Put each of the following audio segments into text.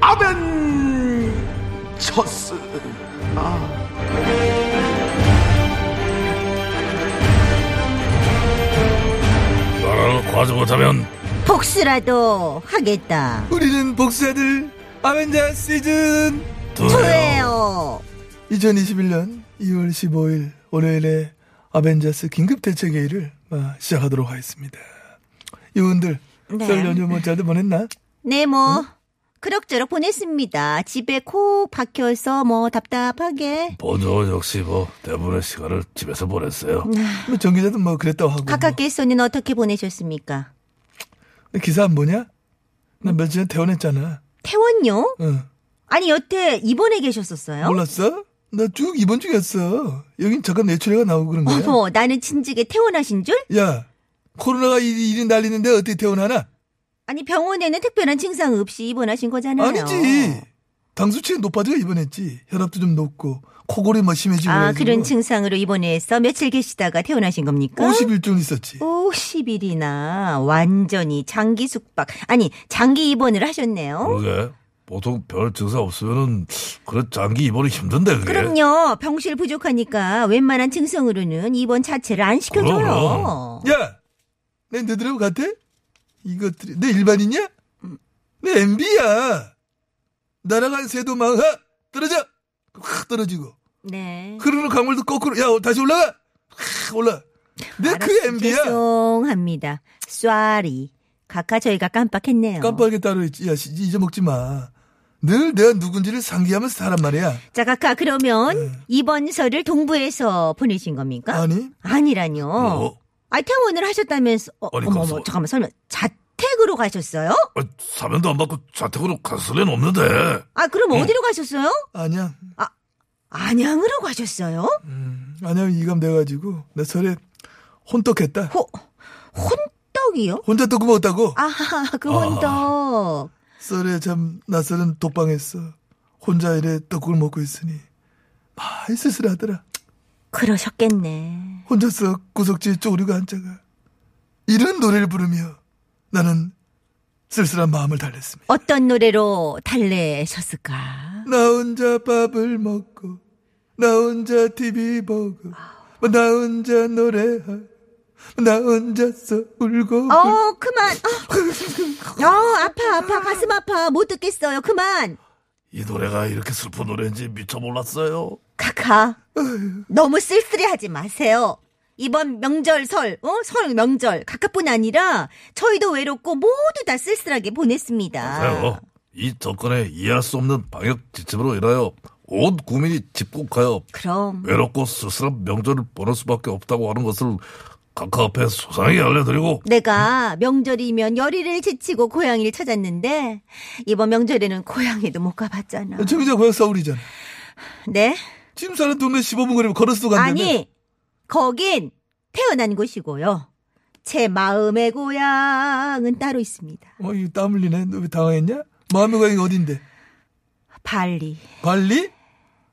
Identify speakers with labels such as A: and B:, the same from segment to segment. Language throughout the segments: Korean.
A: 아벤처스.
B: 나라를 구하지 못하면
C: 복수라도 하겠다.
D: 우리는 복수자들 아벤자 시즌
B: 두려워.
C: 그래요.
D: 2021년 2월 15일 월요일에 아벤자스 긴급 대책회의를 아, 시작하도록 하겠습니다. 이분들
C: 네.
D: 설 연휴 뭐 잘들 보냈나?
C: 네, 뭐 그럭저럭 보냈습니다. 집에 콕 박혀서 뭐 답답하게
B: 본조 역시 뭐 대부분의 시간을 집에서 보냈어요.
D: 뭐 전기자도 뭐 그랬다고 하고
C: 가깝게 있었는 어떻게 보내셨습니까?
D: 뭐. 기사 안 보냐? 나 며칠 전에 퇴원했잖아.
C: 태원요?
D: 응.
C: 아니 여태 입원해 계셨었어요?
D: 몰랐어? 나 쭉 입원 중이었어. 여긴 잠깐 뇌출혈가 나오고 그런 거야.
C: 어머, 나는 진즉에 퇴원하신 줄?
D: 야 코로나가 일이, 일이 날리는데 어떻게 퇴원하나?
C: 아니 병원에는 특별한 증상 없이 입원하신 거잖아요.
D: 아니지. 당수치가 높아져가 입원했지. 혈압도 좀 높고 코골이 뭐 심해지고
C: 아,
D: 그래가지고
C: 그런 증상으로 입원해서 며칠 계시다가 퇴원하신 겁니까?
D: 50일쯤 있었지.
C: 어? 50일이나 완전히 장기 숙박 아니 장기 입원을 하셨네요.
B: 그러게 보통 별 증상 없으면은 그래 장기 입원이 힘든데 그게.
C: 그럼요. 병실 부족하니까 웬만한 증상으로는 입원 자체를 안 시켜줘요.
B: 그럼.
D: 야, 내 너들하고 같아? 이것들이 내 일반인이야? 내 MB야. 날아간 새도 망하 떨어져 확 떨어지고
C: 네.
D: 흐르는 강물도 거꾸로 야 다시 올라가 확 올라. 내 그게 MB야.
C: 죄송합니다. 쏘리. 각하 저희가 깜빡했네요.
D: 깜빡하게 따로 있지. 야 씨, 잊어먹지 마. 늘 내가 누군지를 상기하면서 살란 말이야.
C: 자, 각하 그러면 입원서를 동부에서 보내신 겁니까?
D: 아니
C: 라뇨
B: 어?
C: 아, 퇴원을 하셨다면서 어,
B: 아니,
C: 어머 어머
B: 가서-
C: 잠깐만 설마 자택으로 가셨어요?
B: 아, 사면도 안 받고 자택으로 갔을 리는 없는데.
C: 아, 그럼
B: 어.
C: 어디로 가셨어요?
D: 아니야.
C: 안양으로 가셨어요?
D: 음, 아니야 이감돼가지고 나 설에 혼떡했다.
C: 호, 혼떡이요?
D: 혼자 떡국 먹었다고.
C: 아하, 그 혼떡.
D: 썰에 참 낯설은 독방했어. 혼자 이래 떡국을 먹고 있으니 많이 쓸쓸하더라.
C: 그러셨겠네.
D: 혼자서 구석지에 쪼그리고 앉아가 이런 노래를 부르며 나는 쓸쓸한 마음을 달랬습니다.
C: 어떤 노래로 달래셨을까?
D: 나 혼자 밥을 먹고 나 혼자 TV 보고 나 혼자 노래하고 나 혼자서 울고
C: 어, 그만. 어, 어, 아파, 아파, 가슴 아파. 못 듣겠어요. 그만.
B: 이 노래가 이렇게 슬픈 노래인지 미처 몰랐어요.
C: 카카. 너무 쓸쓸해 하지 마세요. 이번 명절 설, 어? 설 명절. 카카뿐 아니라 저희도 외롭고 모두 다 쓸쓸하게 보냈습니다.
B: 그래요. 이 정권의 이해할 수 없는 방역 지침으로 인하여 온 국민이 집콕하여
C: 그럼.
B: 외롭고 쓸쓸한 명절을 보낼 수밖에 없다고 하는 것을 각하 앞에 소상히 알려드리고
C: 내가 명절이면 열일을 제치고 고향을 찾았는데 이번 명절에는 고향에도 못 가봤잖아.
D: 정기자 고향 서울이잖아.
C: 네?
D: 지금 사는 동네 15분 거리면 걸어서 간다며.
C: 아니 거긴 태어난 곳이고요. 제 마음의 고향은 따로 있습니다.
D: 어, 이땀 흘리네. 너 왜 당황했냐? 마음의 고향이 어딘데?
C: 발리.
D: 발리?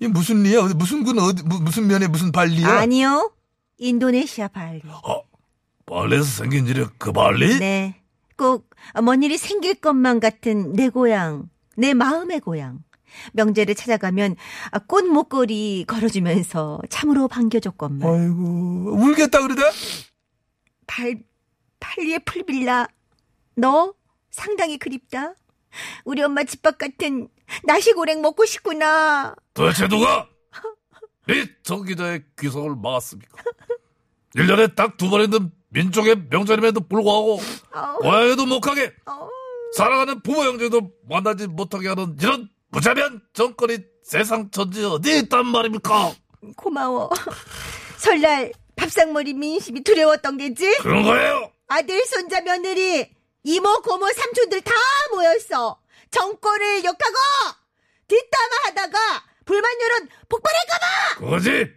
D: 이 무슨 리야? 어디- 무슨 군 어디 무- 무슨 면에 무슨 발리야?
C: 아니요. 인도네시아 발리.
B: 아, 발리에서 생긴 일이 그 발리?
C: 네. 꼭 먼 일이 생길 것만 같은 내 고향, 내 마음의 고향. 명절에 찾아가면 아, 꽃 목걸이 걸어주면서 참으로 반겨줬건만.
D: 아이고 울겠다 그러다.
C: 발, 발리의 풀빌라. 너 상당히 그립다. 우리 엄마 집 밖 같은 나시고랭 먹고 싶구나.
B: 도대체 누가 이정 기자의 귀성을 막았습니까? 1년에 딱 두 번 있는 민족의 명절임에도 불구하고 고향에도 못 가게 사랑하는 부모 형제도 만나지 못하게 하는 이런 무자비한 정권이 세상 천지 어디에 있단 말입니까?
C: 고마워. 설날 밥상머리 민심이 두려웠던 게지?
B: 그런 거예요.
C: 아들, 손자, 며느리, 이모, 고모, 삼촌들 다 모였어. 정권을 욕하고 뒷담화 하다가 불만 여론 폭발할까봐!
B: 그거지?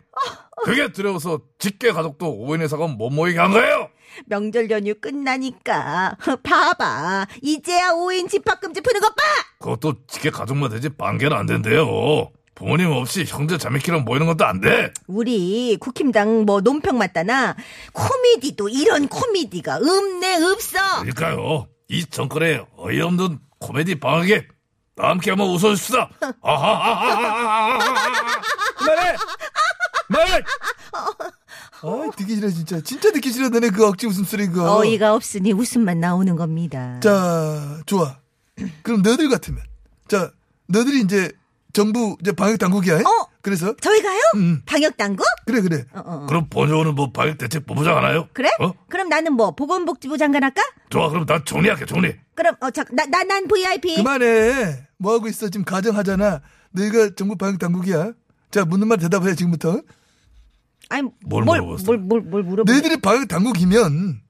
B: 그게 두려워서 직계 가족도 오인 회사가 못 모이게 한 거예요.
C: 명절 연휴 끝나니까. 봐봐. 이제야 5인 집합금지 푸는 것 봐!
B: 그것도 직계 가족만 되지 반개는 안 된대요. 부모님 없이 형제 자매끼리 모이는 것도 안 돼.
C: 우리 국힘당 뭐 논평 맞다나 코미디도 이런 코미디가 없네 없어.
B: 그러니까요. 이 정권의 어이없는 코미디 방학에 다 함께 한번 웃어줍시다. 아하하하하하하하.
D: 그만해! 그만해! 아, 듣기 싫어, 진짜. 진짜 듣기 싫어, 너네 그 억지 웃음소리 그거.
C: 어이가 없으니 웃음만 나오는 겁니다.
D: 자, 좋아. 그럼 너들 같으면. 자, 너들이 이제 정부 이제 방역 당국이야.
C: 어?
D: 그래서
C: 저희가요?
D: 음.
C: 방역 당국?
D: 그래 그래.
C: 어, 어, 어.
B: 그럼 본조는 뭐 방역 대책 본부장 하나요?
C: 그래?
B: 어?
C: 그럼 나는 뭐 보건복지부 장관 할까?
B: 좋아, 그럼 난 정리할게, 정리.
C: 그럼 어잠나난 VIP.
D: 그만해. 뭐 하고 있어? 지금 가정하잖아. 너희가 정부 방역 당국이야. 자, 묻는 말 대답해 지금부터.
C: 아니
B: 뭘 물어봤어?
C: 뭘뭘뭘 물어보?
D: 너희들이 방역 당국이면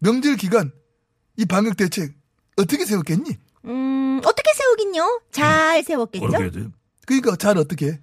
D: 명절 기간 이 방역 대책 어떻게 세웠겠니?
C: 음 어떻게 세우긴요?
B: 음.
C: 잘 세웠겠죠?
B: 그렇게 해야지.
D: 그러니까 잘 어떻게? 해?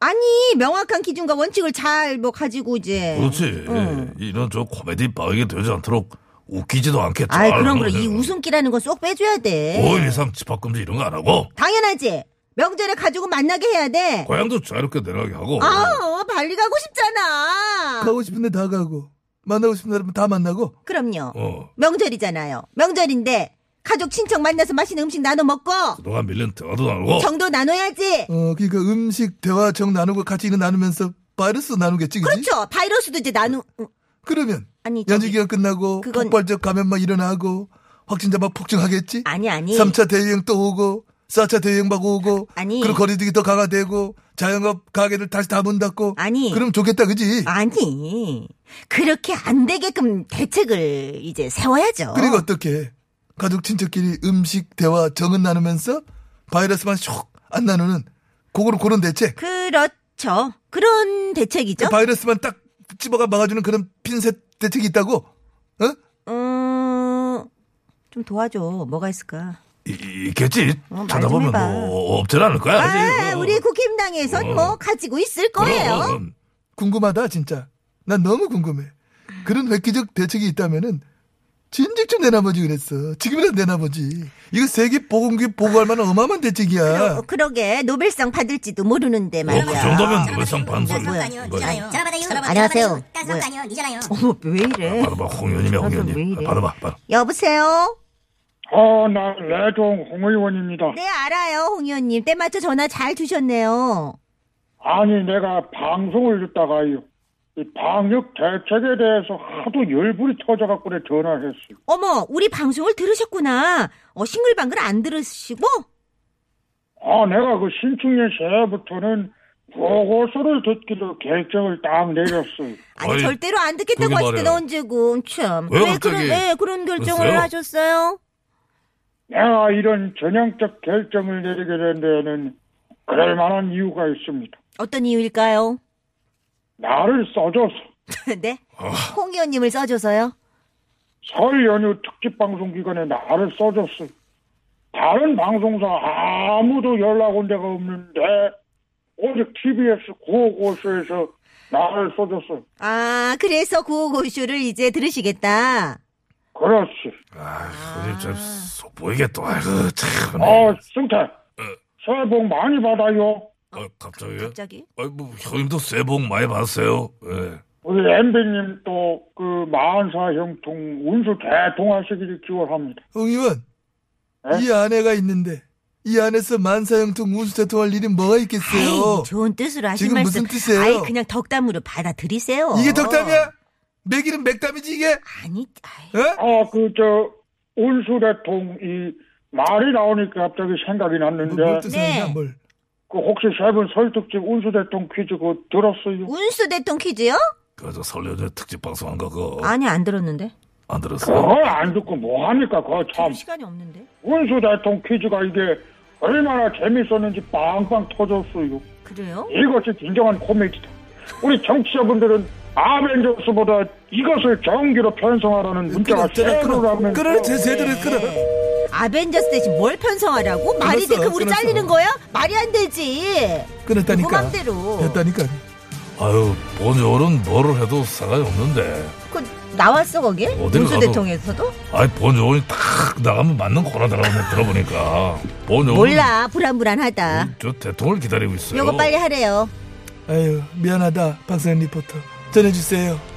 C: 아니 명확한 기준과 원칙을 잘 뭐 가지고 이제.
B: 그렇지.
C: 응.
B: 이런 저 코미디 방역이 되지 않도록 웃기지도 않게
C: 아이
B: 잘.
C: 그럼 그래 이
B: 하면은
C: 웃음기라는 네. 건 쏙 빼줘야 돼.
B: 5일 이상 집합금지 이런 거 안 하고
C: 당연하지. 명절에 가족은 만나게 해야 돼.
B: 고향도 자유롭게 내려가게 하고
C: 아, 발리 가고 싶잖아.
D: 가고 싶은데 다 가고 만나고 싶은 사람 다 만나고
C: 그럼요.
B: 어
C: 명절이잖아요. 명절인데 가족 친척 만나서 맛있는 음식 나눠 먹고
B: 그동안 밀린 대화도 나누고
C: 정도 나눠야지.
D: 어 그러니까 음식 대화 정 나누고 같이 일 나누면서 바이러스 나누겠지, 그지?
C: 그렇죠. 바이러스도 이제 나누. 음,
D: 그러면
C: 아니
D: 연휴
C: 저기-
D: 기간 끝나고
C: 그건-
D: 폭발적 감염 막 일어나고 확진자 막 폭증하겠지.
C: 아니 아니.
D: 삼 3차 대유행 또 오고 4차 대유행 막 오고
C: 아니.
D: 그럼 거리두기 더 강화되고 자영업 가게들 다시 다 문 닫고
C: 아니.
D: 그럼 좋겠다 그지?
C: 아니 그렇게 안 되게끔 대책을 이제 세워야죠.
D: 그리고 어떻게 가족 친척끼리 음식 대화 정은 나누면서 바이러스만 쇽 안 나누는 그거는 그런 대책
C: 그렇죠. 그런 대책이죠.
D: 그 바이러스만 딱 집어가 막아주는 그런 핀셋 대책이 있다고 어?
C: 음, 좀 도와줘. 뭐가 있을까?
B: 이- 있겠지
C: 어, 말좀
B: 찾아보면
C: 해봐.
B: 뭐 없진 않을 거야
C: 아,
B: 아직. 어.
C: 우리 국힘당에선
B: 어.
C: 뭐 가지고 있을
B: 그럼, 뭐,
C: 거예요.
B: 그럼.
D: 궁금하다 진짜 난 너무 궁금해 그런 획기적 대책이 있다면은 진즉 좀 내놔보지 그랬어 지금이라도 내놔보지 이거 세계 보건기구 보고할 만한 어마어마한 대책이야
C: 어, 그러게 노벨상 받을지도 모르는데
B: 어, 그
C: 말이야.
B: 정도면 외상 반소리
C: 뭐야?
B: 받아봐
C: 안녕하세요. 뭐야?
E: 가스관이요 이잖아요.
C: 어머 왜 이래?
B: 홍현님이야
C: 나도 네. 왜
B: 홍현님
C: 이래?
B: 받아봐 받아
C: 여보세요.
F: 어, 나 레종 홍 의원입니다.
C: 네 알아요 홍 의원님 때 맞춰 전화 잘 주셨네요.
F: 아니, 내가 방송을 듣다가요. 이 방역 대책에 대해서 하도 열불이 터져갖고 내 전화했어요.
C: 어머 우리 방송을 들으셨구나. 어 싱글방글 안 들으시고?
F: 아, 내가 그 신축년 새해부터는 보고서를 듣기로 결정을 딱 내렸어요.
C: 아니
B: 아니,
C: 절대로 안 듣겠다고
B: 그게
C: 하실 때는
B: 말이에요.
C: 언제고 참.
B: 왜
C: 왜 그런
B: 갑자기
C: 왜 그런 결정을
B: 그랬어요?
C: 하셨어요?
F: 내가 이런 전향적 결정을 내리게 된 데는 그럴 만한 이유가 있습니다.
C: 어떤 이유일까요?
F: 나를 써줘서
C: 네. 홍 의원님을 써줘서요.
F: 설 연휴 특집 방송 기간에 나를 써줬어요. 다른 방송사 아무도 연락 온 데가 없는데 오직 TBS 구호고쇼에서 나를 써줬어요.
C: 아 그래서 구호고쇼를 이제 들으시겠다.
F: 그렇지.
B: 아휴 좀속 보이게 또 아이고 참
F: 어, 승태. 새해 복 많이 받아요.
B: 어, 갑자기
C: 갑자기?
B: 아이 뭐 형님도 새해 복 많이 받으세요 예.
F: 우리 엠비님 또 그 마흔사 형통 운수 대통하시기를 기원합니다.
D: 홍 의원
C: 네?
D: 이 아내가 있는데 이 안에서 만사형통 운수대통할 일이 뭐가 있겠어요
C: 아이, 좋은 뜻으로 하신
D: 지금
C: 말씀.
D: 무슨 뜻이에요?
C: 아이 그냥 덕담으로 받아들이세요.
D: 이게 덕담이야? 맥이는 맥담이지 이게?
C: 아니, 아이,
D: 어?
F: 아, 그, 저, 운수 대통, 이, 말이 나오니까 갑자기 생각이 났는데,
D: 뭘 뜻하냐
C: 네.
D: 뭐 뭘
F: 그 혹시 세 분 설득집 운수 대통 퀴즈 그거 들었어요?
C: 운수 대통 퀴즈요?
B: 그저 설 연휴 특집 방송한 거 그거
C: 아니 안 들었는데.
B: 안 들었어요?
F: 그걸 안 듣고 뭐 합니까? 그거 참
C: 시간이 없는데.
F: 운수 대통 퀴즈가 이게 얼마나 재밌었는지 빵빵 터졌어요.
C: 그래요?
F: 이것이 진정한 코미디다. 우리 정치자분들은 아벤져스보다 이것을 정기로 편성하라는 문자가
D: 끊어 끊어
F: 세로라면
D: 끊어 끊어 제대로 끊어
C: 아벤져스 대신 뭘 편성하라고? 말이 돼.
D: 끊었어,
C: 그럼 우리
D: 끊었어.
C: 잘리는 거야? 말이 안 되지.
D: 끊었다니까.
C: 누구 맘대로.
D: 됐다니까.
B: 아유 본요는 뭐를 해도 상관이 없는데
C: 그 나왔어 거기에?
B: 어디를
C: 문수
B: 가도.
C: 대통령에서도?
B: 아이 본요원이 딱 나가면 맞는 거라더라고 들어보니까 본요원
C: 몰라. 불안불안하다.
B: 음. 저 대통령을 기다리고 있어요
C: 요거 빨리 하래요.
D: 아유 미안하다 박사님 리포터 전해주세요.